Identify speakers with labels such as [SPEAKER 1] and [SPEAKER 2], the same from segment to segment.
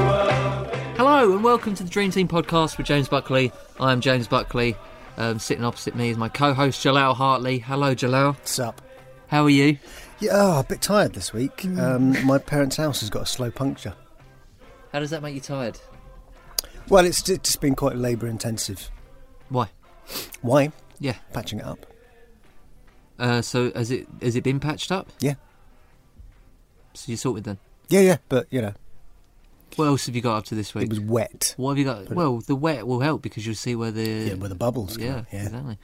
[SPEAKER 1] Hello and welcome to the Dream Team podcast with James Buckley. I am James Buckley. Um, sitting opposite me is my co-host Jalal Hartley. Hello, Jalal.
[SPEAKER 2] What's up?
[SPEAKER 1] How are you?
[SPEAKER 2] Yeah, oh, a bit tired this week.
[SPEAKER 1] Hmm.
[SPEAKER 2] Um, my parents' house has got a slow puncture.
[SPEAKER 1] How does that make you tired?
[SPEAKER 2] Well, it's, it's just been quite labour intensive.
[SPEAKER 1] Why?
[SPEAKER 2] Why?
[SPEAKER 1] Yeah.
[SPEAKER 2] Patching it up.
[SPEAKER 1] Uh, so has it has it been patched up?
[SPEAKER 2] Yeah.
[SPEAKER 1] So you sorted then.
[SPEAKER 2] Yeah, yeah, but you know,
[SPEAKER 1] What else have you got up to this
[SPEAKER 2] it
[SPEAKER 1] week?
[SPEAKER 2] was wet.
[SPEAKER 1] What have you got? Well, the wet will help because you'll see where the
[SPEAKER 2] Yeah, where the bubbles come
[SPEAKER 1] yeah,
[SPEAKER 2] out, yeah.
[SPEAKER 1] exactly.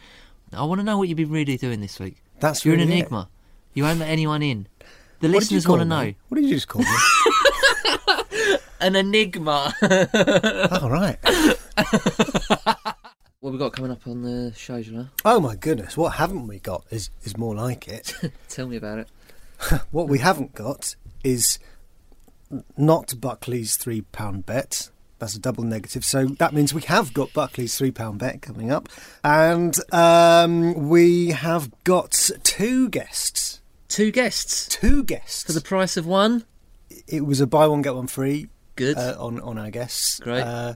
[SPEAKER 1] I want to know what you've been really doing this week.
[SPEAKER 2] That's
[SPEAKER 1] You're an
[SPEAKER 2] really it.
[SPEAKER 1] enigma. You won't let anyone in. The
[SPEAKER 2] What did you
[SPEAKER 1] listeners
[SPEAKER 2] call
[SPEAKER 1] want to know
[SPEAKER 2] me? What did you just call me?
[SPEAKER 1] an enigma.
[SPEAKER 2] oh, right.
[SPEAKER 1] what we got coming up on the show, Jalal?
[SPEAKER 2] Oh my goodness, what haven't we got is is more like it.
[SPEAKER 1] Tell me about it.
[SPEAKER 2] what we haven't got is not Buckley's three pound bet. That's a double negative. So that means we have got Buckley's three pound bet coming up, and um, we have got two guests.
[SPEAKER 1] Two guests
[SPEAKER 2] Two
[SPEAKER 1] for
[SPEAKER 2] guests.
[SPEAKER 1] the price of one.
[SPEAKER 2] It was a buy one get one free.
[SPEAKER 1] Good.
[SPEAKER 2] uh, on on our guests.
[SPEAKER 1] Great.
[SPEAKER 2] Uh,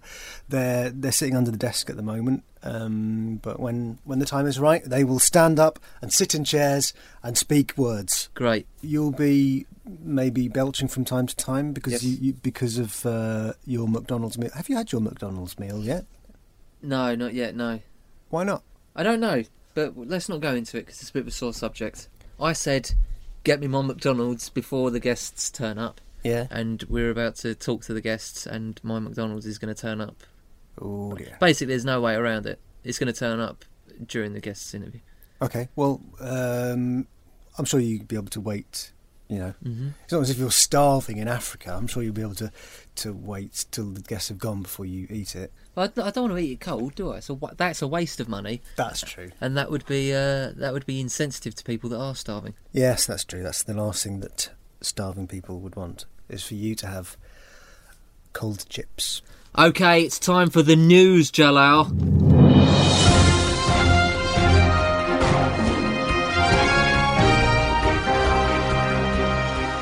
[SPEAKER 2] they're they're sitting under the desk at the moment, um, but when when the time is right, they will stand up and sit in chairs and speak words.
[SPEAKER 1] Great.
[SPEAKER 2] You'll be maybe belching from time to time because
[SPEAKER 1] Yes.
[SPEAKER 2] you, you because of uh, your McDonald's meal. Have you had your McDonald's meal yet?
[SPEAKER 1] No, not yet. No,
[SPEAKER 2] Why not?
[SPEAKER 1] I don't know. But let's not go into it because it's a bit of a sore subject. I said, get me my McDonald's before the guests turn up,
[SPEAKER 2] Yeah.
[SPEAKER 1] and we're about to talk to the guests, and my McDonald's is going to turn up.
[SPEAKER 2] Oh dear.
[SPEAKER 1] Basically, there's no way around it. It's going to turn up during the guests' interview.
[SPEAKER 2] Okay. Well, um, I'm sure you'd be able to wait. You know,
[SPEAKER 1] Mm-hmm.
[SPEAKER 2] it's not as if you're starving in Africa. I'm sure you'll be able to to wait till the guests have gone before you eat it.
[SPEAKER 1] I, d- I don't want to eat it cold, do I? So wa- that's a waste of money,
[SPEAKER 2] That's true.
[SPEAKER 1] and that would be uh, that would be insensitive to people that are starving.
[SPEAKER 2] Yes, that's true. That's the last thing that starving people would want is for you to have cold chips.
[SPEAKER 1] Okay, it's time for the news, Jalal.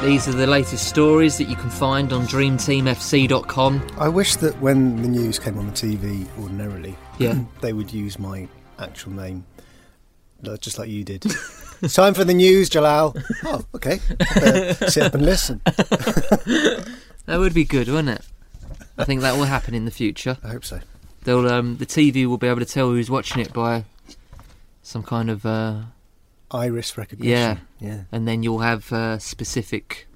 [SPEAKER 1] These are the latest stories that you can find on dreamteamfc.com.
[SPEAKER 2] I wish that when the news came on the TV ordinarily,
[SPEAKER 1] Yeah.
[SPEAKER 2] they would use my actual name, li- just like you did. it's time for the news, Jalal. oh, okay. Better sit up and listen.
[SPEAKER 1] That would be good, wouldn't it? I think that will happen in the future.
[SPEAKER 2] I hope so.
[SPEAKER 1] They'll um, the TV will be able to tell who's watching it by some kind of uh,
[SPEAKER 2] Iris recognition.
[SPEAKER 1] yeah,
[SPEAKER 2] Yeah.
[SPEAKER 1] and then you'll have uh, specific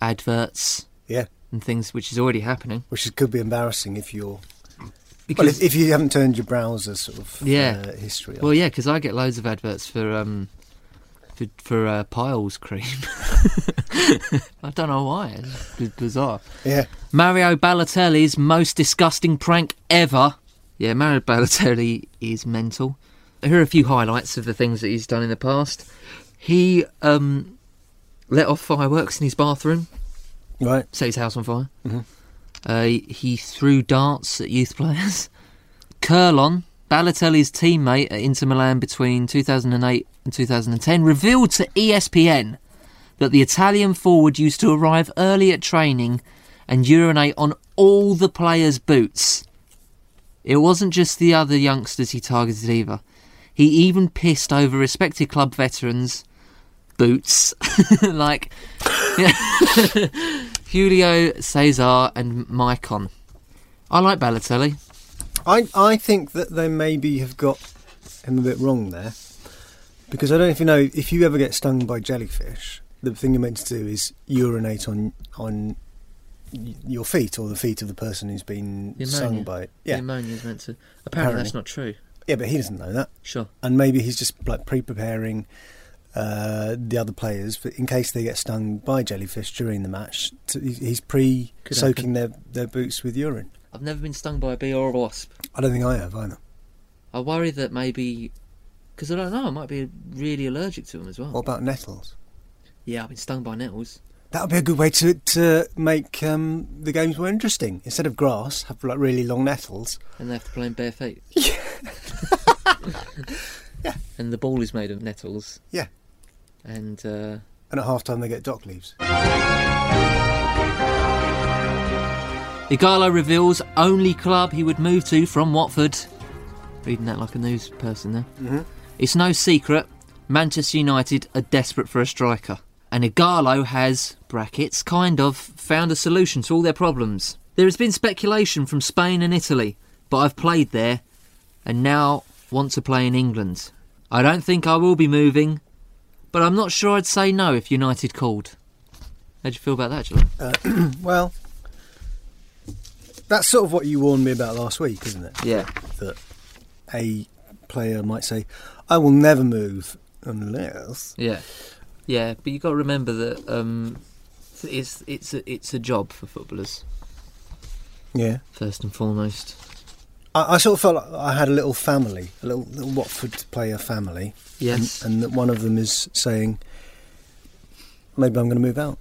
[SPEAKER 1] adverts
[SPEAKER 2] Yeah.
[SPEAKER 1] and things, which is already happening.
[SPEAKER 2] Which is, could be embarrassing if you're. Well,
[SPEAKER 1] Because
[SPEAKER 2] if, if you haven't turned your browser sort of
[SPEAKER 1] Yeah.
[SPEAKER 2] uh, history
[SPEAKER 1] Well,
[SPEAKER 2] on.
[SPEAKER 1] yeah, because I get loads of adverts for um, for for uh, Piles cream. I don't know why. It's b- bizarre.
[SPEAKER 2] Yeah.
[SPEAKER 1] Mario Balotelli's most disgusting prank ever. Yeah, Mario Balotelli is mental. Here are a few highlights of the things that he's done in the past. He um, let off fireworks in his bathroom,
[SPEAKER 2] Right.
[SPEAKER 1] set his house on fire.
[SPEAKER 2] Mhm.
[SPEAKER 1] Uh, he- he threw darts at youth players. Curlon, Balotelli's teammate at Inter Milan between 2008 and 2010, revealed to E ESPN that the Italian forward used to arrive early at training and urinate on all the players' boots. It wasn't just the other youngsters he targeted either. He even pissed over respected club veterans' boots, like Julio Cesar and Mycon. I like Balotelli.
[SPEAKER 2] I, I think that they maybe have got him a bit wrong there. Because I don't know if you know, if you ever get stung by jellyfish, the thing you're meant to do is urinate on on y- your feet or the feet of the person who's been
[SPEAKER 1] Pneumonia.
[SPEAKER 2] stung by it. Yeah.
[SPEAKER 1] Pneumonia is meant to. Apparently,
[SPEAKER 2] Apparently.
[SPEAKER 1] that's not true.
[SPEAKER 2] yeah, but he doesn't know that.
[SPEAKER 1] Sure.
[SPEAKER 2] And maybe he's just like pre preparing uh, the other players for, in case they get stung by jellyfish during the match. To, he- he's pre
[SPEAKER 1] Could
[SPEAKER 2] soaking their, their boots with urine.
[SPEAKER 1] I've never been stung by a bee or a wasp.
[SPEAKER 2] I don't think I have either.
[SPEAKER 1] I worry that maybe. Because I don't know, I might be really allergic to them as well.
[SPEAKER 2] What about nettles?
[SPEAKER 1] Yeah, I've been stung by nettles.
[SPEAKER 2] That would be a good way to to make um, the games more interesting. Instead of grass, have like really long nettles.
[SPEAKER 1] And they have to play in bare feet. yeah. And the ball is made of nettles.
[SPEAKER 2] Yeah.
[SPEAKER 1] And uh,
[SPEAKER 2] And at half time, they get dock leaves.
[SPEAKER 1] Igalo reveals only club he would move to from Watford. Reading that like a news person there.
[SPEAKER 2] Mhm.
[SPEAKER 1] It's no secret, Manchester United are desperate for a striker. And Igalo has, brackets, kind of, found a solution to all their problems. There has been speculation from Spain and Italy, but I've played there and now want to play in England. I don't think I will be moving, but I'm not sure I'd say no if United called. How do you feel about that, Julian?
[SPEAKER 2] Well, that's sort of what you warned me about last week, isn't it?
[SPEAKER 1] Yeah.
[SPEAKER 2] That a player might say, I will never move unless.
[SPEAKER 1] Yeah, yeah, but you got to remember that um, it's it's a, it's a job for footballers
[SPEAKER 2] Yeah.
[SPEAKER 1] first and foremost.
[SPEAKER 2] I, I sort of felt like I had a little family, a little, little Watford player family,
[SPEAKER 1] Yes,
[SPEAKER 2] and that one of them is saying, maybe I'm going to move out.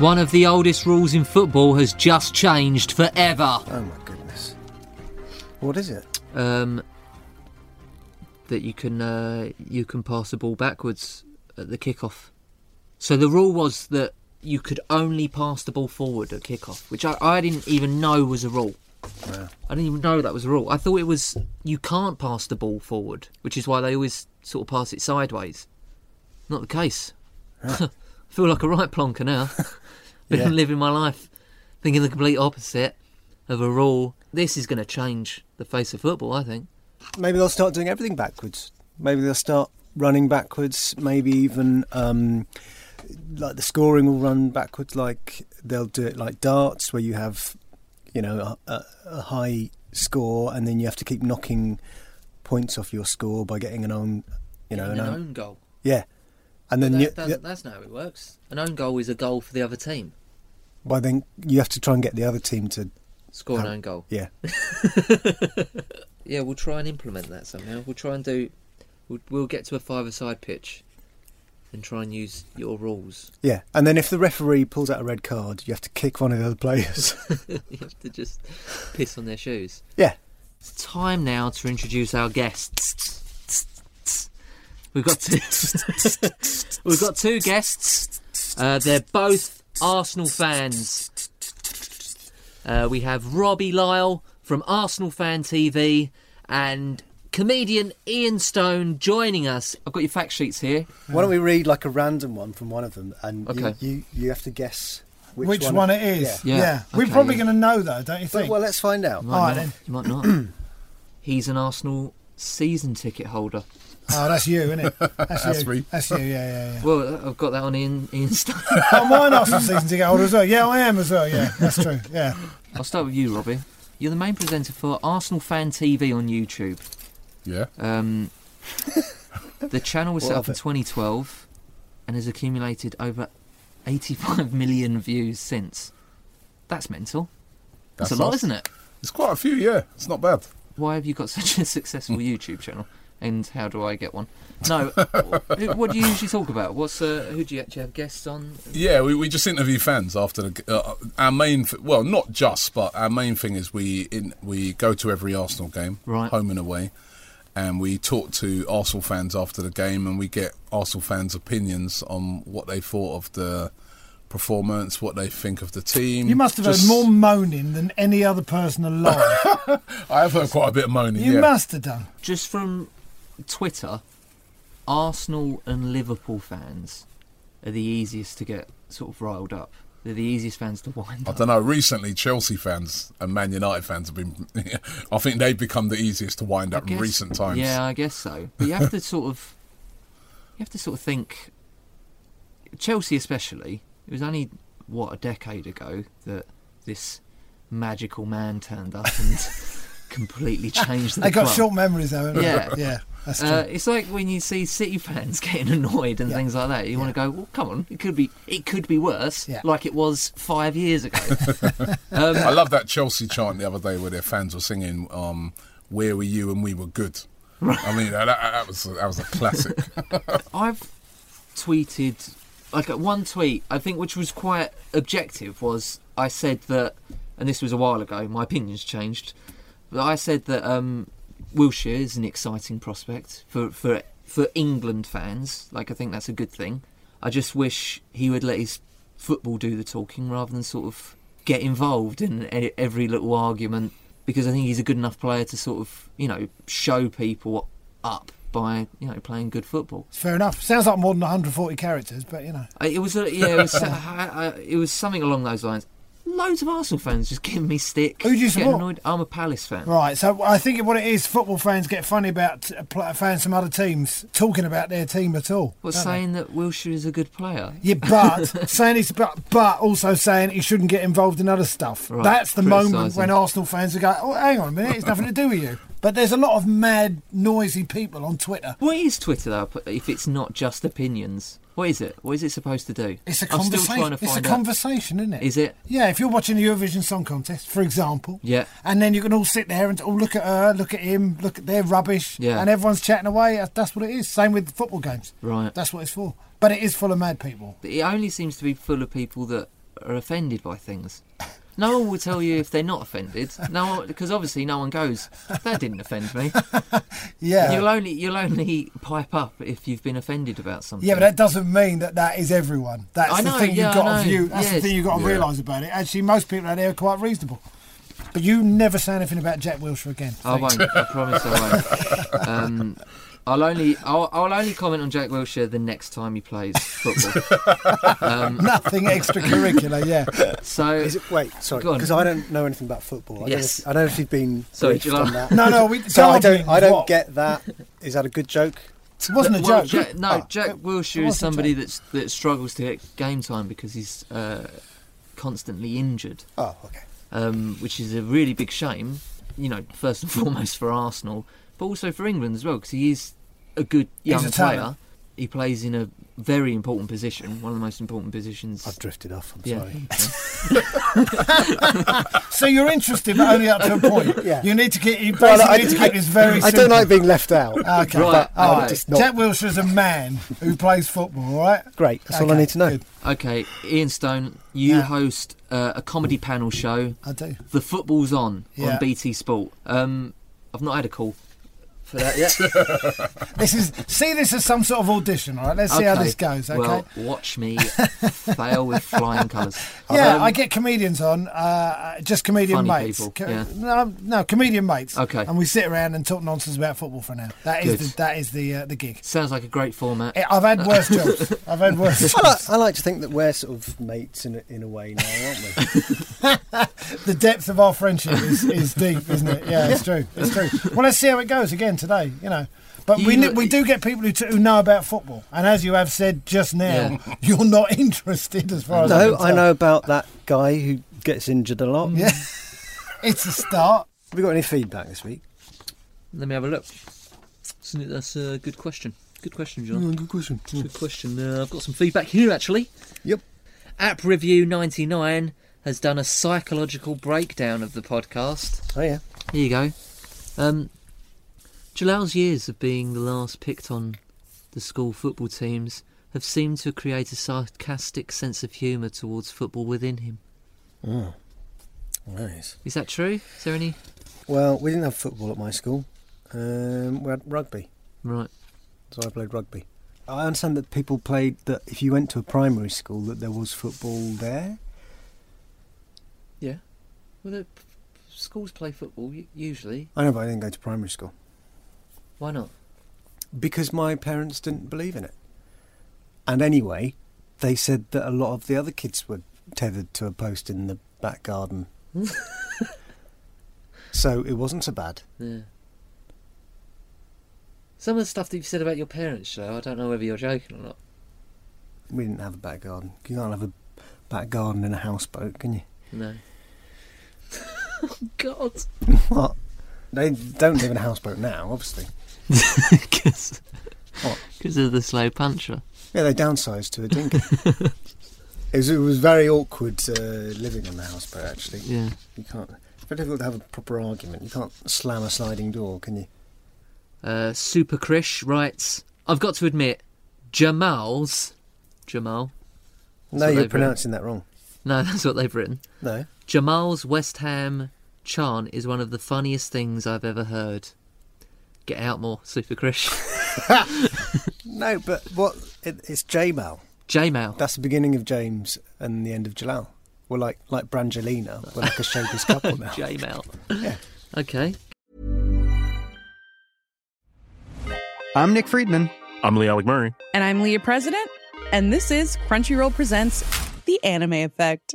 [SPEAKER 1] one of the oldest rules in football has just changed forever.
[SPEAKER 2] Oh my goodness. What is it?
[SPEAKER 1] Um, that you can uh, you can pass the ball backwards at the kickoff. So the rule was that you could only pass the ball forward at kickoff, which I, I didn't even know was a rule.
[SPEAKER 2] Wow.
[SPEAKER 1] I didn't even know that was a rule. I thought it was you can't pass the ball forward, which is why they always sort of pass it sideways. Not the case. Feel like a right plonker now. Been
[SPEAKER 2] Yeah.
[SPEAKER 1] living my life thinking the complete opposite of a rule. This is going to change the face of football, I think.
[SPEAKER 2] Maybe they'll start doing everything backwards. Maybe they'll start running backwards. Maybe even um, like the scoring will run backwards. Like they'll do it like darts, where you have you know a, a, a high score, and then you have to keep knocking points off your score by getting an own, you know, an own,
[SPEAKER 1] goal.
[SPEAKER 2] yeah. And then you,
[SPEAKER 1] that's not how it works. An own goal is a goal for the other team.
[SPEAKER 2] by then you have to try and get the other team to
[SPEAKER 1] Score an
[SPEAKER 2] an How-
[SPEAKER 1] own goal.
[SPEAKER 2] yeah.
[SPEAKER 1] Yeah, we'll try and implement that somehow. We'll try and do. We'll, we'll get to a five-a-side pitch and try and use your rules.
[SPEAKER 2] Yeah, and then if the referee pulls out a red card, you have to kick one of the other players.
[SPEAKER 1] you have to just piss on their shoes.
[SPEAKER 2] yeah,
[SPEAKER 1] It's time now to introduce our guests. We've got two, we've got two guests. Uh, they're both Arsenal fans. Uh, we have Robbie Lyle from Arsenal Fan TV and comedian Ian Stone joining us. I've got your fact sheets here.
[SPEAKER 2] Why don't we read like a random one from one of them, and
[SPEAKER 1] Okay.
[SPEAKER 2] you, you you have to guess which,
[SPEAKER 3] which, one, it is.
[SPEAKER 2] Yeah.
[SPEAKER 1] Yeah.
[SPEAKER 3] Yeah,
[SPEAKER 1] Okay,
[SPEAKER 3] we're probably
[SPEAKER 1] yeah.
[SPEAKER 3] going to know though, don't you
[SPEAKER 2] Well,
[SPEAKER 3] think?
[SPEAKER 2] well, let's find out.
[SPEAKER 1] You
[SPEAKER 3] All
[SPEAKER 1] might, not,
[SPEAKER 3] right, then.
[SPEAKER 1] you might not. He's an Arsenal season ticket holder.
[SPEAKER 3] oh, that's you, isn't it? That's,
[SPEAKER 4] That's
[SPEAKER 3] you.
[SPEAKER 4] me.
[SPEAKER 3] That's you. Yeah, yeah, yeah.
[SPEAKER 1] Well, I've got that on Ian, Ian Stone.
[SPEAKER 3] oh, mine are some season ticket holder as well. Yeah, I am as well. Yeah, that's true. Yeah.
[SPEAKER 1] I'll start with you, Robbie. You're the main presenter for Arsenal Fan TV on YouTube.
[SPEAKER 4] Yeah.
[SPEAKER 1] Um, the channel was
[SPEAKER 2] What
[SPEAKER 1] set
[SPEAKER 2] of
[SPEAKER 1] up in
[SPEAKER 2] it?
[SPEAKER 1] 2012 and has accumulated over 85 million views since. That's mental. That's, a lot,
[SPEAKER 4] us.
[SPEAKER 1] isn't it?
[SPEAKER 4] It's quite a few, yeah. It's not bad.
[SPEAKER 1] Why have you got such a successful YouTube channel? And how do I get one? No, who- what do you usually talk about? What's uh, who do you actually have guests on?
[SPEAKER 4] Yeah, we, we just interview fans after the, uh, our main. th- Well, not just, but our main thing is we in, we go to every Arsenal game,
[SPEAKER 1] Right.
[SPEAKER 4] home and away, and we talk to Arsenal fans after the game, and we get Arsenal fans' opinions on what they thought of the performance, what they think of the team.
[SPEAKER 3] You must have
[SPEAKER 4] Just-
[SPEAKER 3] heard more moaning than any other person alive.
[SPEAKER 4] I have heard quite a bit of moaning.
[SPEAKER 3] you
[SPEAKER 4] yeah.
[SPEAKER 3] must have done.
[SPEAKER 1] Just from Twitter, Arsenal and Liverpool fans are the easiest to get sort of riled up. They're the easiest fans to wind
[SPEAKER 4] I
[SPEAKER 1] up.
[SPEAKER 4] don't know. Recently, Chelsea fans and Man United fans have been. I think they've become the easiest to wind
[SPEAKER 1] I
[SPEAKER 4] up in
[SPEAKER 1] guess-
[SPEAKER 4] recent times.
[SPEAKER 1] Yeah, I guess so. But you have to sort of, you have to sort of think. Chelsea, especially, it was only what a decade ago that this magical man turned up and completely changed the
[SPEAKER 3] They got
[SPEAKER 1] club.
[SPEAKER 3] short memories though. haven't they?
[SPEAKER 1] Yeah.
[SPEAKER 3] yeah, that's true.
[SPEAKER 1] Uh, it's like when you see City fans getting annoyed and
[SPEAKER 3] Yeah.
[SPEAKER 1] things like that. You want to go, well, come on, it could be, it could be worse,
[SPEAKER 3] Yeah.
[SPEAKER 1] like it was five years ago. um,
[SPEAKER 4] I love that Chelsea chant the other day where their fans were singing um, "Where were you and we were good." I mean, that, that was that was a classic.
[SPEAKER 1] I've tweeted like one tweet I think which was quite objective was I said that and this was a while ago my opinions changed but I said that um Wilshire is an exciting prospect for for for England fans. Like I think that's a good thing. I just wish he would let his football do the talking rather than sort of get involved in e- every little argument because I think he's a good enough player to sort of you know show people up by you know playing good football.
[SPEAKER 3] Fair enough. Sounds like more than 140 characters, but you know.
[SPEAKER 1] I- Uh, It was a, yeah, it was, I, I, it was something along those lines. Loads of Arsenal fans just giving me stick.
[SPEAKER 3] Who do you
[SPEAKER 1] getting
[SPEAKER 3] support?
[SPEAKER 1] annoyed. I'm a Palace fan.
[SPEAKER 3] Right, so I think what it is, football fans get funny about uh, pl- fans from other teams talking about their team at all.
[SPEAKER 1] What
[SPEAKER 3] don't they?
[SPEAKER 1] saying that Wilshire is a good player?
[SPEAKER 3] Yeah, but saying he's but, but also saying he shouldn't get involved in other stuff.
[SPEAKER 1] Right,
[SPEAKER 3] That's the moment
[SPEAKER 1] criticising.
[SPEAKER 3] when Arsenal fans are going, "Oh, hang on a minute, it's nothing to do with you." But there's a lot of mad, noisy people on Twitter.
[SPEAKER 1] What is Twitter though? If it's not just opinions, what is it? What is it supposed to do?
[SPEAKER 3] It's a
[SPEAKER 1] I'm still trying
[SPEAKER 3] conversation.
[SPEAKER 1] to
[SPEAKER 3] It's a
[SPEAKER 1] find out.
[SPEAKER 3] conversation, isn't it?
[SPEAKER 1] Is it?
[SPEAKER 3] Yeah, if you're watching the Eurovision Song Contest, for example,
[SPEAKER 1] Yeah.
[SPEAKER 3] and then you can all sit there and all look at her, look at him, look at their rubbish,
[SPEAKER 1] Yeah.
[SPEAKER 3] and everyone's chatting away. that- That's what it is. Same with football games.
[SPEAKER 1] Right.
[SPEAKER 3] That's what it's for. But it is full of mad people.
[SPEAKER 1] It only seems to be full of people that are offended by things. No one will tell you if they're not offended. No, because obviously no one goes. That didn't offend me.
[SPEAKER 3] Yeah.
[SPEAKER 1] You'll only you'll only pipe up if you've been offended about something.
[SPEAKER 3] Yeah, but that doesn't mean that that is everyone. That's
[SPEAKER 1] I
[SPEAKER 3] the
[SPEAKER 1] know,
[SPEAKER 3] thing
[SPEAKER 1] yeah, I
[SPEAKER 3] you've got
[SPEAKER 1] know.
[SPEAKER 3] to view. That's
[SPEAKER 1] Yes.
[SPEAKER 3] the thing you've got to
[SPEAKER 4] Yeah.
[SPEAKER 3] realise about it. Actually, most people out there are quite reasonable. But you never say anything about Jack Wilshire again.
[SPEAKER 1] I won't. I promise I won't. Um, I'll only I'll, I'll only comment on Jack Wilshire the next time he plays football.
[SPEAKER 3] Nothing extracurricular, yeah.
[SPEAKER 1] So
[SPEAKER 2] Oh, Is it, wait, sorry,
[SPEAKER 1] Go on.
[SPEAKER 2] because I don't know anything about football. I
[SPEAKER 1] Yes.
[SPEAKER 2] don't know if, I don't know if you've been
[SPEAKER 1] Sorry,
[SPEAKER 2] briefed
[SPEAKER 1] July.
[SPEAKER 2] on that.
[SPEAKER 3] No, no, we,
[SPEAKER 2] So I don't,
[SPEAKER 3] Darwin,
[SPEAKER 2] I don't
[SPEAKER 3] what?
[SPEAKER 2] get that. Is that a good joke?
[SPEAKER 3] It wasn't a
[SPEAKER 1] Well,
[SPEAKER 3] joke.
[SPEAKER 1] Jack, no,
[SPEAKER 3] Ah,
[SPEAKER 1] Jack
[SPEAKER 3] it-
[SPEAKER 1] Wilshire
[SPEAKER 3] it
[SPEAKER 1] is
[SPEAKER 3] wasn't a
[SPEAKER 1] somebody
[SPEAKER 3] joke.
[SPEAKER 1] that's, that struggles to get game time because he's uh, constantly injured,
[SPEAKER 2] Oh, okay.
[SPEAKER 1] um, which is a really big shame, you know, first and foremost for Arsenal, but also for England as well, because he is a good
[SPEAKER 3] He's
[SPEAKER 1] young
[SPEAKER 3] a talent.
[SPEAKER 1] player. He plays in a very important position, one of the most important positions.
[SPEAKER 2] I've drifted off. I'm
[SPEAKER 1] yeah.
[SPEAKER 2] sorry.
[SPEAKER 3] So you're interested, but only up to a point.
[SPEAKER 2] Yeah.
[SPEAKER 3] You need to keep. You
[SPEAKER 2] Well,
[SPEAKER 3] basically need to keep this very.
[SPEAKER 2] I don't
[SPEAKER 3] simple.
[SPEAKER 2] like being left out.
[SPEAKER 3] Okay.
[SPEAKER 1] Right,
[SPEAKER 2] But I'm
[SPEAKER 3] All
[SPEAKER 1] okay.
[SPEAKER 3] right.
[SPEAKER 2] just not
[SPEAKER 3] Jack Wilshire is a man who plays football. All right.
[SPEAKER 2] great. That's all I
[SPEAKER 3] Okay,
[SPEAKER 2] need to know.
[SPEAKER 3] good.
[SPEAKER 1] Okay, Ian Stone, you
[SPEAKER 3] Yeah.
[SPEAKER 1] host uh, a comedy panel show.
[SPEAKER 3] I do.
[SPEAKER 1] The football's on on
[SPEAKER 3] Yeah.
[SPEAKER 1] BT Sport. Um, I've not had a call for that yet.
[SPEAKER 3] This is see this as some sort of audition. All right. Let's see how
[SPEAKER 1] Okay.
[SPEAKER 3] this goes. Okay.
[SPEAKER 1] Well, watch me fail with flying colours.
[SPEAKER 3] Yeah,
[SPEAKER 1] Um,
[SPEAKER 3] I get comedians on, uh, just comedian
[SPEAKER 1] Funny
[SPEAKER 3] mates.
[SPEAKER 1] people, yeah.
[SPEAKER 3] No, um, no, comedian mates.
[SPEAKER 1] Okay.
[SPEAKER 3] and we sit around and talk nonsense about football for an hour. That is
[SPEAKER 1] Good.
[SPEAKER 3] the, that is the uh, the gig.
[SPEAKER 1] Sounds like a great format.
[SPEAKER 3] Eh, I've had worse jobs. I've had worse
[SPEAKER 2] I
[SPEAKER 3] jobs.
[SPEAKER 2] like, I like to think that we're sort of mates in a, in a way now, aren't we?
[SPEAKER 3] The depth of our friendship is, is deep, isn't it? Yeah, it's true. It's true. Well, let's see how it goes again today. You know. But
[SPEAKER 1] You
[SPEAKER 3] we,
[SPEAKER 1] know-
[SPEAKER 3] kn- we do get people who, t- who know about football, and as you have said just now, you're not interested as far as I,
[SPEAKER 2] No,
[SPEAKER 3] can
[SPEAKER 2] I
[SPEAKER 3] tell.
[SPEAKER 2] know about that guy who gets injured a lot.
[SPEAKER 3] Yeah, it's a start.
[SPEAKER 2] Have we got any feedback this week?
[SPEAKER 1] Let me have a look. Isn't it- That's a good question. Good question, John.
[SPEAKER 3] Mm,
[SPEAKER 2] good question.
[SPEAKER 1] Good question. Uh, I've got some feedback here actually.
[SPEAKER 2] Yep.
[SPEAKER 1] App Review 99 has done a psychological breakdown of the podcast.
[SPEAKER 2] Oh yeah.
[SPEAKER 1] Here you go. Um, Jalal's years of being the last picked on the school football teams have seemed to create a sarcastic sense of humour towards football within him.
[SPEAKER 2] Nice.
[SPEAKER 1] Is that true? Is there any?
[SPEAKER 2] Well, we didn't have football at my school. Um, we had rugby,
[SPEAKER 1] Right.
[SPEAKER 2] so I played rugby. I understand that people played that if you went to a primary school that there was football there.
[SPEAKER 1] Well, the p- schools play football u- usually.
[SPEAKER 2] I know, but I didn't go to primary school
[SPEAKER 1] Why not?
[SPEAKER 2] because my parents didn't believe in it. And anyway, they said that a lot of the other kids were tethered to a post in the back garden. so it wasn't so bad.
[SPEAKER 1] Yeah. Some of the stuff that you've said about your parents, Jalal, I don't know whether you're joking or not.
[SPEAKER 2] We didn't have a back garden. You can't have a back garden in a houseboat, can you?
[SPEAKER 1] No. God.
[SPEAKER 2] What? They don't live in a houseboat now, obviously.
[SPEAKER 1] Because
[SPEAKER 2] What?
[SPEAKER 1] of the slow puncher.
[SPEAKER 2] Yeah, they downsized to a dinky. it, was, it was very awkward uh, living on the houseboat, actually.
[SPEAKER 1] Yeah.
[SPEAKER 2] You can't. It's very difficult to have a proper argument. You can't slam a sliding door, can you?
[SPEAKER 1] Uh, Super Krish writes, I've got to admit, Jamal's. Jamal?
[SPEAKER 2] No,
[SPEAKER 1] what
[SPEAKER 2] you're
[SPEAKER 1] they've
[SPEAKER 2] pronouncing that wrong.
[SPEAKER 1] No, that's what they've written.
[SPEAKER 2] No.
[SPEAKER 1] Jamal's West Ham chant is one of the funniest things I've ever heard. Get out more, Super Krish.
[SPEAKER 2] No, but what? It, it's J-Mal.
[SPEAKER 1] J-Mail.
[SPEAKER 2] That's the beginning of James and the end of Jalal. We're like like Brangelina. We're like a showbiz couple now.
[SPEAKER 1] J-Mail.
[SPEAKER 2] Yeah.
[SPEAKER 1] Okay.
[SPEAKER 5] I'm Nick Friedman.
[SPEAKER 6] I'm Lee Alec Murray.
[SPEAKER 7] And I'm Leah President, and this is Crunchyroll Presents The Anime Effect.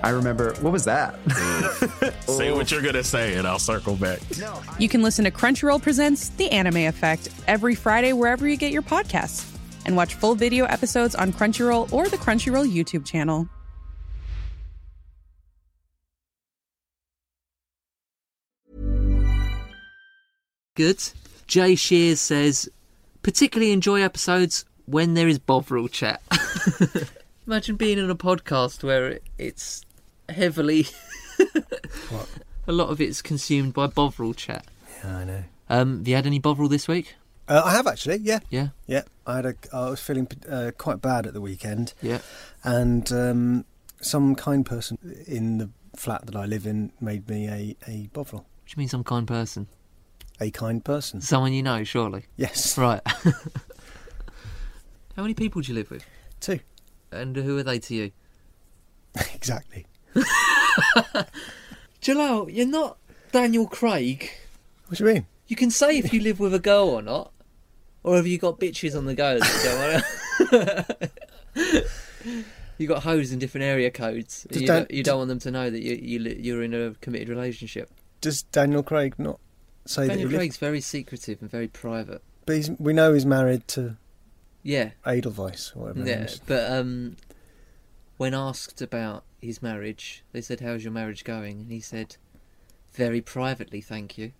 [SPEAKER 5] I remember, what was that?
[SPEAKER 6] Say what you're gonna say, and I'll circle back.
[SPEAKER 7] you can listen to Crunchyroll Presents The Anime Effect every Friday wherever you get your podcasts. And watch full video episodes on Crunchyroll or the Crunchyroll YouTube channel.
[SPEAKER 1] Good. Jay Shears says, particularly enjoy episodes when there is Bovril chat. Imagine being in a podcast where it- it's heavily. A lot of it's consumed by Bovril chat.
[SPEAKER 2] I know.
[SPEAKER 1] Um, have you had any Bovril this week?
[SPEAKER 2] Uh, I have actually. Yeah.
[SPEAKER 1] Yeah,
[SPEAKER 2] Yeah. I had a. I was feeling uh, quite bad at the weekend,
[SPEAKER 1] yeah.
[SPEAKER 2] and um, some kind person in the flat that I live in made me a a bovril.
[SPEAKER 1] Which means some kind person.
[SPEAKER 2] A kind person.
[SPEAKER 1] Someone you know, surely.
[SPEAKER 2] Yes.
[SPEAKER 1] Right. How many people do you live with?
[SPEAKER 2] Two.
[SPEAKER 1] And who are they to you?
[SPEAKER 2] exactly.
[SPEAKER 1] Jalal, you're not Daniel Craig.
[SPEAKER 2] What do you mean?
[SPEAKER 1] You can say if you live with a girl or not, or have you got bitches on the go? That go on? you got hoes in different area codes.
[SPEAKER 2] Just
[SPEAKER 1] you
[SPEAKER 2] don't-
[SPEAKER 1] don't, you don't want them to know that you, you li- you're in a committed relationship.
[SPEAKER 2] Does Daniel Craig not say that?
[SPEAKER 1] Daniel
[SPEAKER 2] he lives-
[SPEAKER 1] Craig's very secretive and very private.
[SPEAKER 2] But he's, we know he's married to
[SPEAKER 1] Yeah,
[SPEAKER 2] Edelweiss or whatever. her name
[SPEAKER 1] yeah.
[SPEAKER 2] is.
[SPEAKER 1] But um, when asked about his marriage, they said, "How's your marriage going?" And he said, "Very privately, thank you."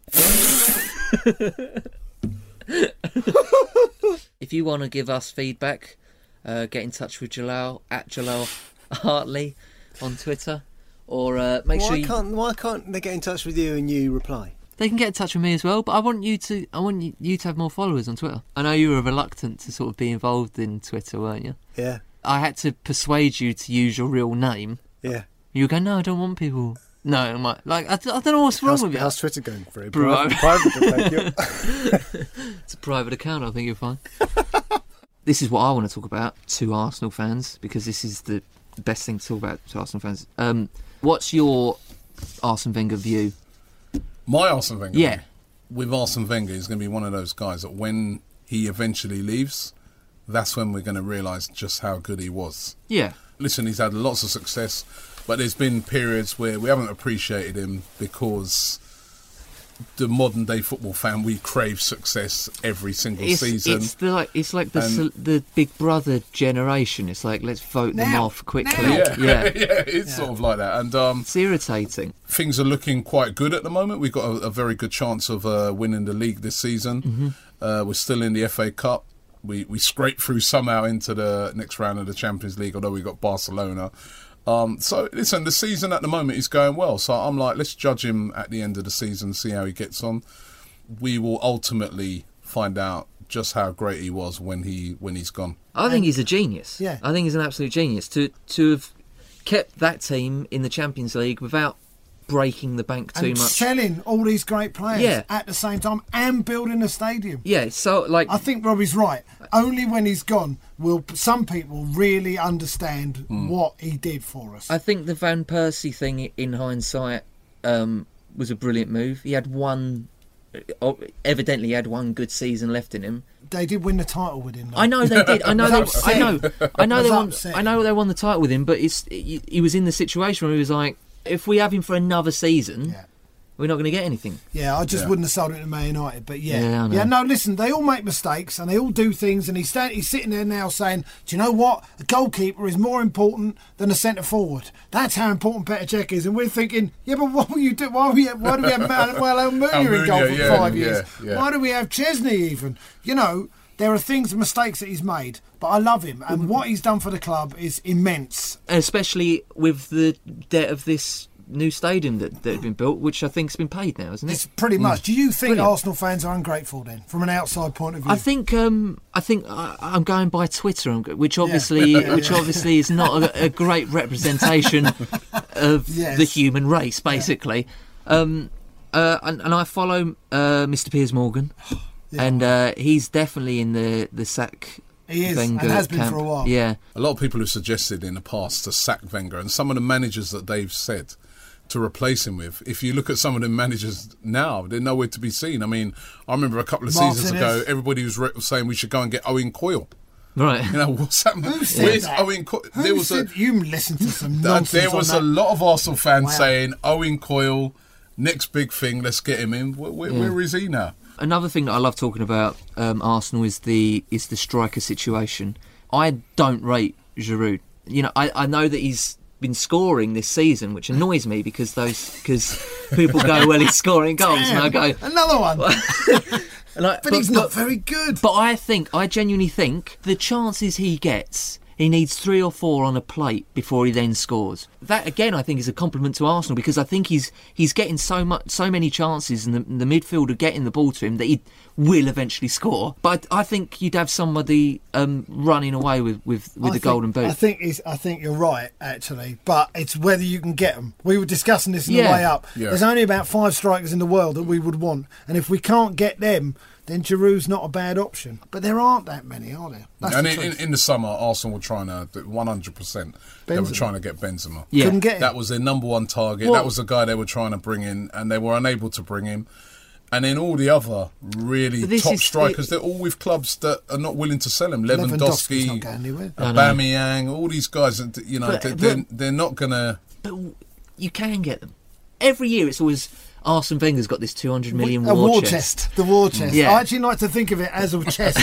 [SPEAKER 1] if you want to give us feedback, uh, get in touch with Jalal at Jalal Hartley on Twitter, or uh, make
[SPEAKER 2] Why
[SPEAKER 1] sure you...
[SPEAKER 2] can't why can't they get in touch with you and you reply?
[SPEAKER 1] they can get in touch with me as well. But I want you to I want you, you to have more followers on Twitter. I know you were reluctant to sort of be involved in Twitter, weren't you?
[SPEAKER 2] Yeah,
[SPEAKER 1] I had to persuade you to use your real name.
[SPEAKER 2] yeah.
[SPEAKER 1] You go, no, I don't want people. No, my like I, d- I don't know what's wrong
[SPEAKER 2] How's,
[SPEAKER 1] with you.
[SPEAKER 2] how's Twitter going for you?
[SPEAKER 1] Bro.
[SPEAKER 2] Private, private, thank you.
[SPEAKER 1] It's a private account. I think you're fine. this is what I want to talk about to Arsenal fans because this is the best thing to talk about to Arsenal fans. Um, what's your Arsene Wenger view?
[SPEAKER 4] My Arsene Wenger.
[SPEAKER 1] Yeah.
[SPEAKER 4] With Arsene Wenger, he's going to be one of those guys that when he eventually leaves, that's when we're going to realise just how good he was.
[SPEAKER 1] Yeah,
[SPEAKER 4] Listen, he's had lots of success, but there's been periods where we haven't appreciated him because the modern day football fan we crave success every single
[SPEAKER 1] it's,
[SPEAKER 4] season.
[SPEAKER 1] it's the like it's like the
[SPEAKER 4] And-
[SPEAKER 1] sol- the Big Brother generation. It's like let's vote them off quickly.
[SPEAKER 4] yeah, yeah,
[SPEAKER 1] yeah,
[SPEAKER 4] it's sort of like that. And um,
[SPEAKER 1] it's irritating.
[SPEAKER 4] things are looking quite good at the moment. We've got a, a very good chance of uh, winning the league this season. Uh, we're still in the FA Cup. We we scraped through somehow into the next round of the Champions League, although we got Barcelona. Um, so listen, the season at the moment is going well. So I'm like, let's judge him at the end of the season, see how he gets on. We will ultimately find out just how great he was when he when he's gone.
[SPEAKER 1] I think he's a genius.
[SPEAKER 3] Yeah.
[SPEAKER 1] I think he's an absolute genius to to have kept that team in the Champions League without breaking the bank too
[SPEAKER 3] and
[SPEAKER 1] much.
[SPEAKER 3] selling all these great players
[SPEAKER 1] Yeah.
[SPEAKER 3] at the same time and building a stadium.
[SPEAKER 1] yeah, so like
[SPEAKER 3] I think Robbie's right. Only when he's gone will p- some people really understand what he did for us.
[SPEAKER 1] I think the Van Persie thing in hindsight um, was a brilliant move. He had one oh, evidently he had one good season left in him.
[SPEAKER 3] they did win the title with him. though.
[SPEAKER 1] I know they did. I know.
[SPEAKER 3] Was
[SPEAKER 1] they,
[SPEAKER 3] upset.
[SPEAKER 1] I know. I know they
[SPEAKER 3] Was
[SPEAKER 1] won.
[SPEAKER 3] upset.
[SPEAKER 1] I know they won the title with him, but it's he, he was in the situation where he was like, if we have him for another season,
[SPEAKER 3] Yeah.
[SPEAKER 1] we're not going to get anything.
[SPEAKER 3] Yeah, I just
[SPEAKER 4] Yeah.
[SPEAKER 3] wouldn't have sold it to Man United, but yeah,
[SPEAKER 1] Yeah, I know.
[SPEAKER 3] yeah. No, listen, they all make mistakes and they all do things, and he's sta- he's sitting there now saying, "Do you know what? A goalkeeper is more important than a centre forward. That's how important Petr Cech is." And we're thinking, "Yeah, but what will you do? Why, we have, why do we have Mal- well, Almunia in goal
[SPEAKER 4] Almunia,
[SPEAKER 3] for
[SPEAKER 4] yeah,
[SPEAKER 3] five
[SPEAKER 4] yeah,
[SPEAKER 3] years?
[SPEAKER 4] yeah.
[SPEAKER 3] Why do we have Chesney even? You know." There are things, mistakes that he's made, but I love him, and what he's done for the club is immense.
[SPEAKER 1] especially with the debt of this new stadium that, that had been built, which I think's been paid now, isn't it?
[SPEAKER 3] It's pretty much. Do you think
[SPEAKER 1] Mm. Brilliant.
[SPEAKER 3] Arsenal fans are ungrateful then, from an outside point of view?
[SPEAKER 1] I think um, I think I, I'm going by Twitter, I'm go- which obviously which obviously is not a, a great representation of
[SPEAKER 3] Yes.
[SPEAKER 1] the human race, basically. Um, uh, and, and I follow uh, Mr. Piers Morgan, and uh, he's definitely in the the sack.
[SPEAKER 3] He is,
[SPEAKER 1] Wenger
[SPEAKER 3] and has been
[SPEAKER 1] camp.
[SPEAKER 3] for a while.
[SPEAKER 1] Yeah,
[SPEAKER 4] A lot of people have suggested in the past to sack Wenger, and some of the managers that they've said to replace him with. If you look at some of the managers now, they're nowhere to be seen. I mean, I remember a couple of seasons
[SPEAKER 3] Martinez.
[SPEAKER 4] ago, everybody was re- saying we should go and get Owen Coyle.
[SPEAKER 1] right.
[SPEAKER 4] You know what's happened?
[SPEAKER 3] Who said
[SPEAKER 4] Where's
[SPEAKER 3] that?
[SPEAKER 4] Owen Coyle?
[SPEAKER 3] Who
[SPEAKER 4] There was a
[SPEAKER 3] said, you listen to some
[SPEAKER 4] that
[SPEAKER 3] nonsense.
[SPEAKER 4] there was
[SPEAKER 3] on
[SPEAKER 4] a
[SPEAKER 3] that.
[SPEAKER 4] lot of Arsenal fans
[SPEAKER 3] Wow.
[SPEAKER 4] saying Owen Coyle, next big thing, let's get him in. Where, where,
[SPEAKER 3] Mm.
[SPEAKER 4] where is he now?
[SPEAKER 1] Another thing that I love talking about um, Arsenal is the is the striker situation. I don't rate Giroud. You know, I, I know that he's been scoring this season, which annoys me because those because people go well he's scoring goals, and I go,
[SPEAKER 3] Another one, but,
[SPEAKER 1] and I-
[SPEAKER 3] he's not very good.
[SPEAKER 1] But I think I genuinely think the chances he gets. He needs three or four on a plate before he then scores. That again, I think, is a compliment to Arsenal because I think he's he's getting so much, so many chances, and the, the midfield are getting the ball to him that he will eventually score. But I, I think you'd have somebody um, running away with with, with
[SPEAKER 3] I
[SPEAKER 1] the
[SPEAKER 3] think-
[SPEAKER 1] golden boot.
[SPEAKER 3] I think is I think you're right actually, but it's whether you can get them. We were discussing this on the
[SPEAKER 1] Yeah.
[SPEAKER 3] way up.
[SPEAKER 4] Yeah.
[SPEAKER 3] There's only about five strikers in the world that we would want, and if we can't get them, then Giroud's not a bad option. But there aren't that many, are there? That's
[SPEAKER 4] and
[SPEAKER 3] the
[SPEAKER 4] in, in,
[SPEAKER 3] truth.
[SPEAKER 4] in the summer, Arsenal were trying to 100%. They were
[SPEAKER 3] Benzema.
[SPEAKER 4] trying to get Benzema.
[SPEAKER 1] Yeah.
[SPEAKER 3] Couldn't get him.
[SPEAKER 4] That was their number one target.
[SPEAKER 1] Well-
[SPEAKER 4] that was the guy they were trying to bring in, and they were unable to bring him. And then all the other really
[SPEAKER 1] But this
[SPEAKER 4] top
[SPEAKER 1] is-
[SPEAKER 4] strikers, they're all with clubs that are not willing to sell him.
[SPEAKER 3] Lewandowski's not
[SPEAKER 4] Lewandowski,
[SPEAKER 3] going anywhere.
[SPEAKER 4] Aubameyang, all these guys. and, You know,
[SPEAKER 1] But-
[SPEAKER 4] they're,
[SPEAKER 1] but-
[SPEAKER 4] they're, they're not going to.
[SPEAKER 1] but w- you can get them every year. It's always Arsene Wenger's got this two hundred million
[SPEAKER 3] a
[SPEAKER 1] war,
[SPEAKER 3] war
[SPEAKER 1] chest.
[SPEAKER 3] chest. The war chest.
[SPEAKER 1] Yeah.
[SPEAKER 3] I actually like to think of it as a chest.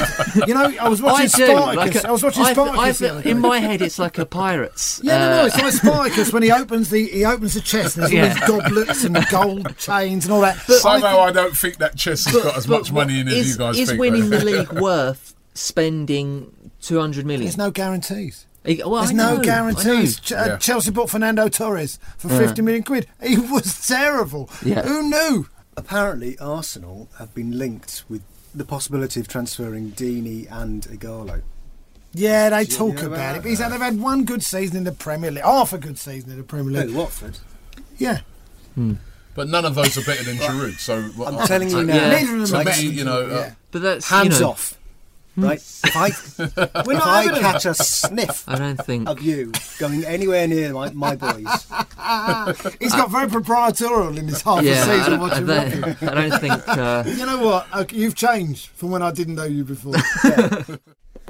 [SPEAKER 3] you know, I was watching
[SPEAKER 1] I do.
[SPEAKER 3] Spartacus.
[SPEAKER 1] like a-
[SPEAKER 3] I was watching
[SPEAKER 1] I- I-
[SPEAKER 3] Spartacus. the other
[SPEAKER 1] in
[SPEAKER 3] day.
[SPEAKER 1] my head, it's like a pirate's.
[SPEAKER 3] Yeah, no, no,
[SPEAKER 1] uh,
[SPEAKER 3] it's like Spartacus when he opens the he opens the chest and there's all
[SPEAKER 1] Yeah.
[SPEAKER 3] these goblets and gold chains and all that.
[SPEAKER 4] Somehow I, don't think that chess has got as
[SPEAKER 1] But
[SPEAKER 4] much
[SPEAKER 1] what-
[SPEAKER 4] money in
[SPEAKER 1] is,
[SPEAKER 4] as you guys
[SPEAKER 1] is
[SPEAKER 4] think.
[SPEAKER 1] winning
[SPEAKER 4] mate.
[SPEAKER 1] the league worth spending 200 million?
[SPEAKER 3] there's no guarantees.
[SPEAKER 1] Eh, well, I
[SPEAKER 3] There's no
[SPEAKER 1] know, I
[SPEAKER 3] guarantees.
[SPEAKER 1] know.
[SPEAKER 3] Ch- uh,
[SPEAKER 4] Yeah.
[SPEAKER 3] Chelsea bought Fernando Torres for 50 million quid. He was terrible.
[SPEAKER 1] Yeah.
[SPEAKER 3] Who knew?
[SPEAKER 2] Apparently, Arsenal have been linked with the possibility of transferring Deeney and Igalo.
[SPEAKER 3] Yeah, they talk
[SPEAKER 2] yeah,
[SPEAKER 3] about
[SPEAKER 2] well,
[SPEAKER 3] it. But he's had, they've had one good season in the Premier League, half a good season in the Premier
[SPEAKER 2] No,
[SPEAKER 3] League.
[SPEAKER 2] Watford.
[SPEAKER 3] Yeah.
[SPEAKER 4] But none of those are better than Giroud. So uh, what-
[SPEAKER 2] I'm telling you
[SPEAKER 4] so-
[SPEAKER 2] now.
[SPEAKER 1] Uh, Yeah.
[SPEAKER 3] Neither of
[SPEAKER 4] To
[SPEAKER 3] them are
[SPEAKER 4] me,
[SPEAKER 3] good.
[SPEAKER 4] you know, uh,
[SPEAKER 3] Yeah.
[SPEAKER 1] But that's you
[SPEAKER 2] Hands
[SPEAKER 1] know,
[SPEAKER 2] off. Right? If I, if I catch a sniff
[SPEAKER 1] I don't think.
[SPEAKER 2] of you going anywhere near my, my boys,
[SPEAKER 3] He's got very proprietorial in his half
[SPEAKER 1] yeah,
[SPEAKER 3] a
[SPEAKER 1] I
[SPEAKER 3] season
[SPEAKER 1] don't, I
[SPEAKER 3] watching
[SPEAKER 1] don't-
[SPEAKER 3] rugby.
[SPEAKER 1] I don't think. Uh,
[SPEAKER 3] You know what? Okay, you've changed from when I didn't know you before.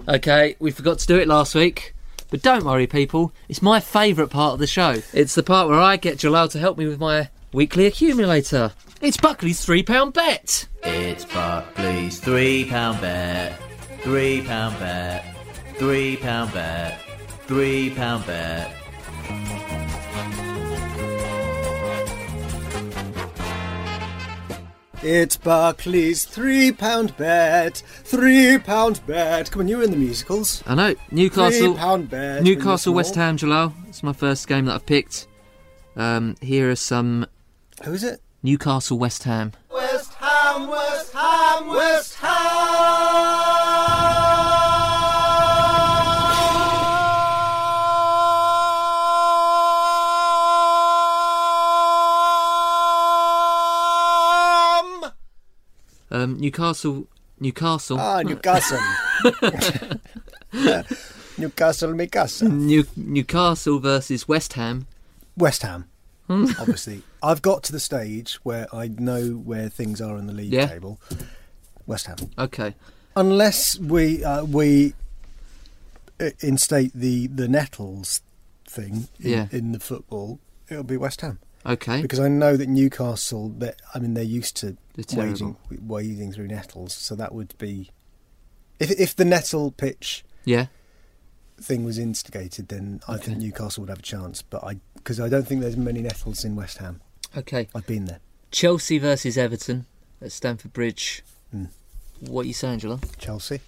[SPEAKER 1] okay, we forgot to do it last week. But don't worry, people. It's my favourite part of the show. It's the part where I get Jalal to help me with my weekly accumulator. It's Buckley's £3 bet.
[SPEAKER 8] It's Buckley's three pound bet, three pound bet, three pound bet, three pound bet.
[SPEAKER 2] it's Barclays three pound bet, three pound bet. Come on, you were in the musicals.
[SPEAKER 1] I know. Newcastle.
[SPEAKER 2] Three pound bet. when you were
[SPEAKER 1] Newcastle
[SPEAKER 2] small.
[SPEAKER 1] West Ham Jalal. It's my first game that I've picked. Um, here are some
[SPEAKER 2] Who is it?
[SPEAKER 1] Newcastle West Ham. Um, Newcastle, Newcastle, Um,
[SPEAKER 2] Ah, Newcastle. Newcastle, Newcastle.
[SPEAKER 1] New, Newcastle versus West Ham.
[SPEAKER 2] West Ham.
[SPEAKER 1] Hmm.
[SPEAKER 2] obviously, I've got to the stage where I know where things are in the league
[SPEAKER 1] Yeah.
[SPEAKER 2] table. West Ham.
[SPEAKER 1] Okay,
[SPEAKER 2] Unless we uh, we i- instate the the nettles thing in,
[SPEAKER 1] Yeah.
[SPEAKER 2] in the football, it'll be West Ham
[SPEAKER 1] okay.
[SPEAKER 2] because I know that Newcastle. That I mean, they're used to
[SPEAKER 1] They're
[SPEAKER 2] wading
[SPEAKER 1] terrible.
[SPEAKER 2] wading through nettles, so that would be if if the nettle pitch
[SPEAKER 1] Yeah,
[SPEAKER 2] thing was instigated, then I think Newcastle would have a chance. But I because I don't think there's many nettles in West Ham.
[SPEAKER 1] okay.
[SPEAKER 2] I've been there.
[SPEAKER 1] Hmm. Chelsea versus Everton at Stamford Bridge. What are you saying, Jalal?
[SPEAKER 2] Chelsea.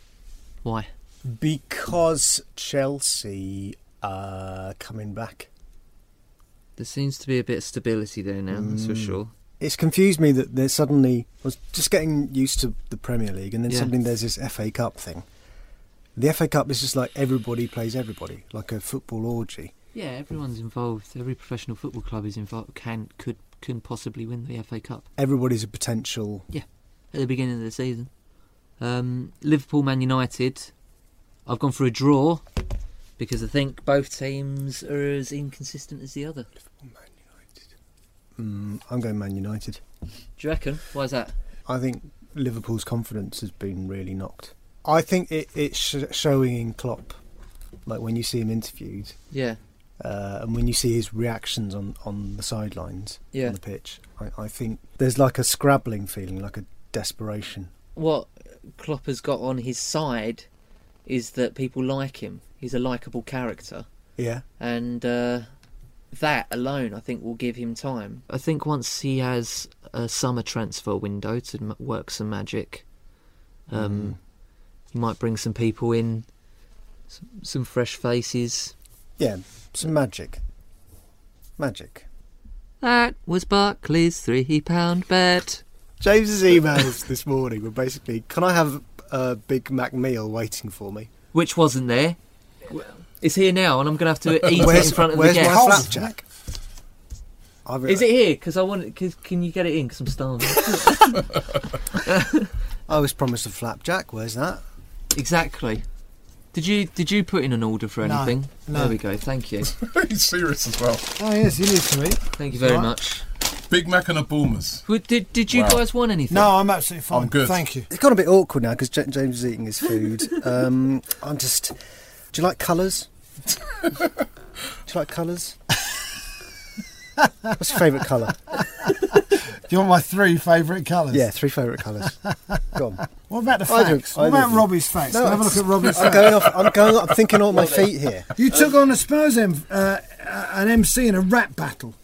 [SPEAKER 1] Why?
[SPEAKER 2] Because Chelsea are coming back.
[SPEAKER 1] There seems to be a bit of stability there now, that's for sure.
[SPEAKER 2] It's confused me that they're suddenly. I was just getting used to the Premier League, and then
[SPEAKER 1] Yeah.
[SPEAKER 2] suddenly there's this FA Cup thing. The FA Cup is just like everybody plays everybody, like a football orgy.
[SPEAKER 1] Yeah, everyone's involved. Every professional football club is involved. Can could can possibly win the FA Cup.
[SPEAKER 2] Everybody's a potential.
[SPEAKER 1] at the beginning of the season. Um, Liverpool, Man United. I've gone for a draw because I think both teams are as inconsistent as the other.
[SPEAKER 2] Mm, I'm going Man United.
[SPEAKER 1] Do you reckon? Why is that?
[SPEAKER 2] I think Liverpool's confidence has been really knocked. I think it, it's sh- showing in Klopp, like when you see him interviewed
[SPEAKER 1] Yeah,
[SPEAKER 2] uh, and when you see his reactions on, on the sidelines
[SPEAKER 1] yeah.
[SPEAKER 2] on the pitch. I, I think there's like a scrabbling feeling, like a desperation.
[SPEAKER 1] What Klopp has got on his side is that people like him. He's a likable character.
[SPEAKER 2] Yeah,
[SPEAKER 1] and uh, that alone, I think, will give him time. I think once he has a summer transfer window to m- work some magic, um,
[SPEAKER 2] Mm.
[SPEAKER 1] he might bring some people in, some, some fresh faces.
[SPEAKER 2] yeah, some magic, magic.
[SPEAKER 1] That was Barclays three pound bet.
[SPEAKER 2] James's emails this morning were basically, "Can I have a Big Mac meal waiting for me?"
[SPEAKER 1] which wasn't there. It's here now, and I'm gonna have to eat it in front of the
[SPEAKER 2] where's
[SPEAKER 1] guest.
[SPEAKER 2] my flapjack? I've,
[SPEAKER 1] Is it here? Because I want. Cause can you get it in? Because I'm starving.
[SPEAKER 2] I was promised a flapjack. Where's that?
[SPEAKER 1] exactly. Did you did you put in an order for
[SPEAKER 3] No,
[SPEAKER 1] anything?
[SPEAKER 3] no.
[SPEAKER 1] There we go. Thank you.
[SPEAKER 4] He's serious as well.
[SPEAKER 3] Oh, yes, he lives to me.
[SPEAKER 1] Thank you very
[SPEAKER 3] Right.
[SPEAKER 1] much.
[SPEAKER 4] Big Mac and a Boomers.
[SPEAKER 1] Would- Did, did you
[SPEAKER 4] Wow.
[SPEAKER 1] guys want anything?
[SPEAKER 3] No, I'm absolutely fine.
[SPEAKER 4] I'm good.
[SPEAKER 3] Thank you.
[SPEAKER 2] It's got a bit awkward now because James is eating his food. Um, I'm just. Do you like colours? Do you like colours? What's your favourite colour?
[SPEAKER 3] Do you want my three favourite colours?
[SPEAKER 2] Yeah, three favourite colours. Go on.
[SPEAKER 3] What about the
[SPEAKER 2] I do-
[SPEAKER 3] facts?
[SPEAKER 2] I
[SPEAKER 3] What about
[SPEAKER 2] do.
[SPEAKER 3] Robbie's facts?
[SPEAKER 2] No,
[SPEAKER 3] have a look at Robbie's
[SPEAKER 2] I'm
[SPEAKER 3] facts.
[SPEAKER 2] going off. I'm going. off- I'm thinking on my feet here.
[SPEAKER 3] You took on a Spurs M, uh, uh, an MC in a rap battle.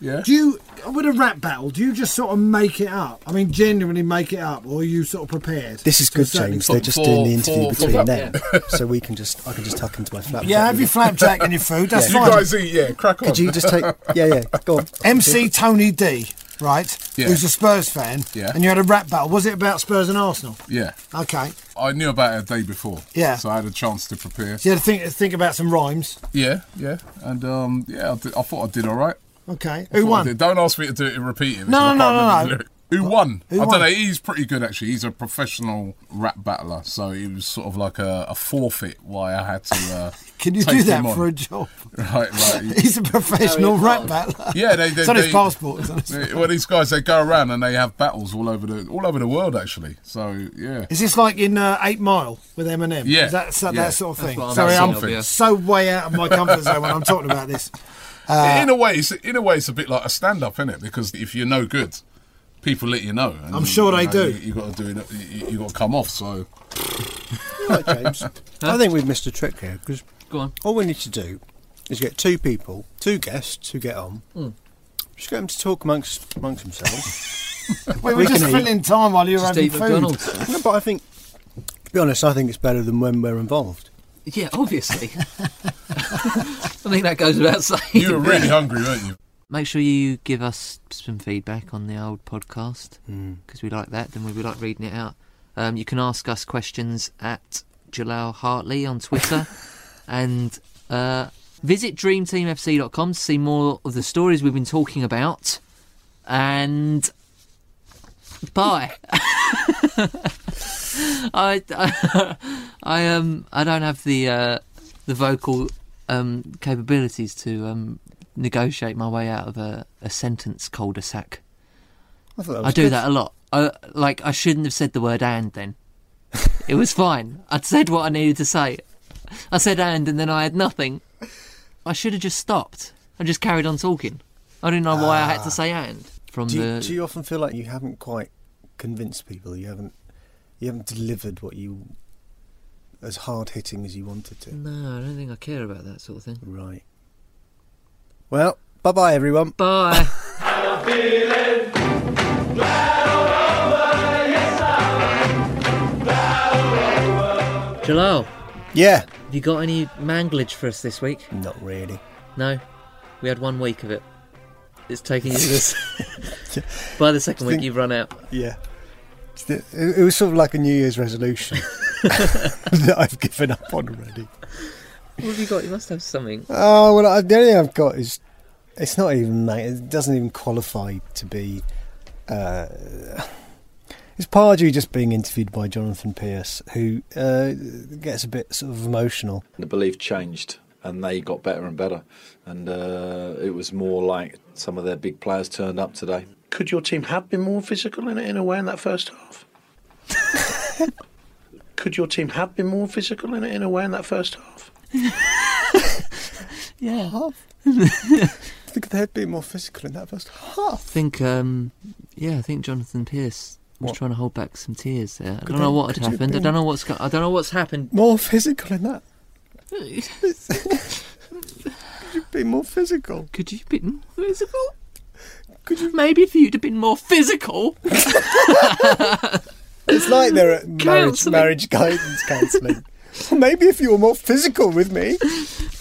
[SPEAKER 4] Yeah.
[SPEAKER 3] Do you, with a rap battle, do you just sort of make it up? I mean, genuinely make it up, or are you sort of prepared?
[SPEAKER 2] This is
[SPEAKER 3] to a
[SPEAKER 2] good,
[SPEAKER 3] certain
[SPEAKER 2] James.
[SPEAKER 3] extent?
[SPEAKER 2] They're just doing the
[SPEAKER 4] for-
[SPEAKER 2] interview
[SPEAKER 4] for- for
[SPEAKER 2] between
[SPEAKER 1] that,
[SPEAKER 2] them, so we can just. I can just tuck into my flapjack.
[SPEAKER 3] Yeah, have your flapjack and your food. That's
[SPEAKER 4] You
[SPEAKER 3] fine.
[SPEAKER 4] guys eat, yeah, crack on.
[SPEAKER 2] Could you just take? Yeah, yeah. Go on.
[SPEAKER 3] MC Tony D, right?
[SPEAKER 4] Yeah.
[SPEAKER 3] Who's a Spurs fan?
[SPEAKER 4] Yeah.
[SPEAKER 3] And you had a rap battle. Was it about Spurs and Arsenal?
[SPEAKER 4] yeah.
[SPEAKER 3] Okay.
[SPEAKER 4] I knew about it a day before.
[SPEAKER 3] Yeah.
[SPEAKER 4] So I had a chance to prepare.
[SPEAKER 3] So you had to think, think about some rhymes.
[SPEAKER 4] Yeah, yeah. And um, yeah, I, did, I thought I did all right.
[SPEAKER 3] Okay.
[SPEAKER 4] I
[SPEAKER 3] Who
[SPEAKER 4] thought I
[SPEAKER 3] won?
[SPEAKER 4] did. Don't ask me to do it and repeat it. because
[SPEAKER 3] No,
[SPEAKER 4] I
[SPEAKER 3] no,
[SPEAKER 4] can't
[SPEAKER 3] no,
[SPEAKER 4] remember
[SPEAKER 3] no.
[SPEAKER 4] the lyric. Who won?
[SPEAKER 3] Who
[SPEAKER 4] I
[SPEAKER 3] won?
[SPEAKER 4] don't know. He's pretty good actually. He's a professional rap battler, so it was sort of like a, a forfeit why I had to. Uh,
[SPEAKER 3] Can you
[SPEAKER 4] take
[SPEAKER 3] do that
[SPEAKER 4] him on.
[SPEAKER 3] for a job?
[SPEAKER 4] Right, right.
[SPEAKER 3] He's a professional
[SPEAKER 1] Carry
[SPEAKER 3] rap
[SPEAKER 1] on.
[SPEAKER 3] battler.
[SPEAKER 4] Yeah, they. they
[SPEAKER 3] It's on
[SPEAKER 4] they-
[SPEAKER 3] his passport. It's on his-
[SPEAKER 4] they- Well, these guys they go around and they have battles all over the all over the world actually. So yeah,
[SPEAKER 3] Is this like in uh, Eight Mile with Eminem?
[SPEAKER 4] Yeah,
[SPEAKER 3] Is that, so,
[SPEAKER 4] yeah.
[SPEAKER 3] that sort of thing.
[SPEAKER 1] what I'm
[SPEAKER 3] Sorry,
[SPEAKER 4] thinking
[SPEAKER 3] I'm
[SPEAKER 4] of, yeah.
[SPEAKER 3] so way out of my comfort zone when I'm talking about this.
[SPEAKER 4] in a way, it's, in a way, it's a bit like a stand up, is it? Because if you're no good, people let you know. and,
[SPEAKER 3] I'm sure
[SPEAKER 4] you
[SPEAKER 3] they
[SPEAKER 4] know,
[SPEAKER 3] do.
[SPEAKER 4] You, you got to do it. You, you got to come off. So
[SPEAKER 2] Right, James. I think we've missed a trick here because
[SPEAKER 1] Go on.
[SPEAKER 2] all we need to do is get two people, two guests who get on. Just get them to talk amongst amongst themselves.
[SPEAKER 3] We were
[SPEAKER 2] We
[SPEAKER 3] just
[SPEAKER 2] can eat.
[SPEAKER 3] filling time while you were
[SPEAKER 1] Just
[SPEAKER 3] having
[SPEAKER 1] eat
[SPEAKER 3] food.
[SPEAKER 1] McDonald's.
[SPEAKER 2] No, but I think, to be honest, I think it's better than when we're involved.
[SPEAKER 1] Yeah, obviously. I think that goes without saying.
[SPEAKER 4] you were really hungry, weren't you?
[SPEAKER 1] Make sure you give us some feedback on the old podcast because we like that. Then we we like reading it out. Um, you can ask us questions at Jalal Hartley on Twitter and uh, visit dreamteamfc.com to see more of the stories we've been talking about. And bye. I, I, I um I don't have the uh, the vocal um, capabilities to um, negotiate my way out of a, a sentence cul-de-sac.
[SPEAKER 2] I, thought that
[SPEAKER 1] I
[SPEAKER 2] was
[SPEAKER 1] do
[SPEAKER 2] good.
[SPEAKER 1] that a lot. I, like I shouldn't have said the word "and" then. it was fine. I'd said what I needed to say. I said "and" and then I had nothing. I should have just stopped and just carried on talking. I didn't know why I had to say "and" from
[SPEAKER 2] Ah. Do you,
[SPEAKER 1] the.
[SPEAKER 2] do you often feel like you haven't quite convinced people? You haven't you haven't delivered what you as hard hitting as you wanted to.
[SPEAKER 1] No, I don't think I care about that sort of thing.
[SPEAKER 2] Right. Well, bye bye everyone.
[SPEAKER 1] Bye. Jalal,
[SPEAKER 2] Yeah.
[SPEAKER 1] have you got any manglage for us this week?
[SPEAKER 2] Not really.
[SPEAKER 1] No, we had one week of it. It's taking you to this. By the second week,
[SPEAKER 2] Think-
[SPEAKER 1] you've run out.
[SPEAKER 2] Yeah. It's the- It it was sort of like a New Year's resolution that I've given up on already.
[SPEAKER 1] What have you got? You must have something.
[SPEAKER 2] Oh well, I, the only thing I've got is it's not even mate. It doesn't even qualify to be. Uh, it's Pardew just being interviewed by Jonathan Pierce, who uh, gets a bit sort of emotional.
[SPEAKER 9] the belief changed and they got better and better. And uh, it was more like some of their big players turned up today. Could your team have been more physical in, in a way in that first half? Could your team have been more physical in, in a way in that first half?
[SPEAKER 1] Yeah.
[SPEAKER 2] I think they'd be more physical in that first half.
[SPEAKER 1] I think, um, yeah, I think Jonathan Pierce was
[SPEAKER 2] What?
[SPEAKER 1] trying to hold back some tears there. I
[SPEAKER 2] Could
[SPEAKER 1] don't know
[SPEAKER 2] they-
[SPEAKER 1] what had
[SPEAKER 2] could you have
[SPEAKER 1] happened. I
[SPEAKER 2] been-
[SPEAKER 1] don't know what's. Go- I don't know what's happened.
[SPEAKER 2] More physical in that. You'd be more physical.
[SPEAKER 1] Could you have been more physical? Could you maybe if you'd have been more physical?
[SPEAKER 2] It's like they're at marriage,
[SPEAKER 1] Counselling.
[SPEAKER 2] marriage guidance counselling. Well, maybe if you were more physical with me.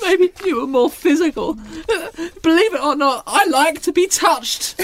[SPEAKER 1] Maybe if you were more physical. Believe it or not, I like to be touched.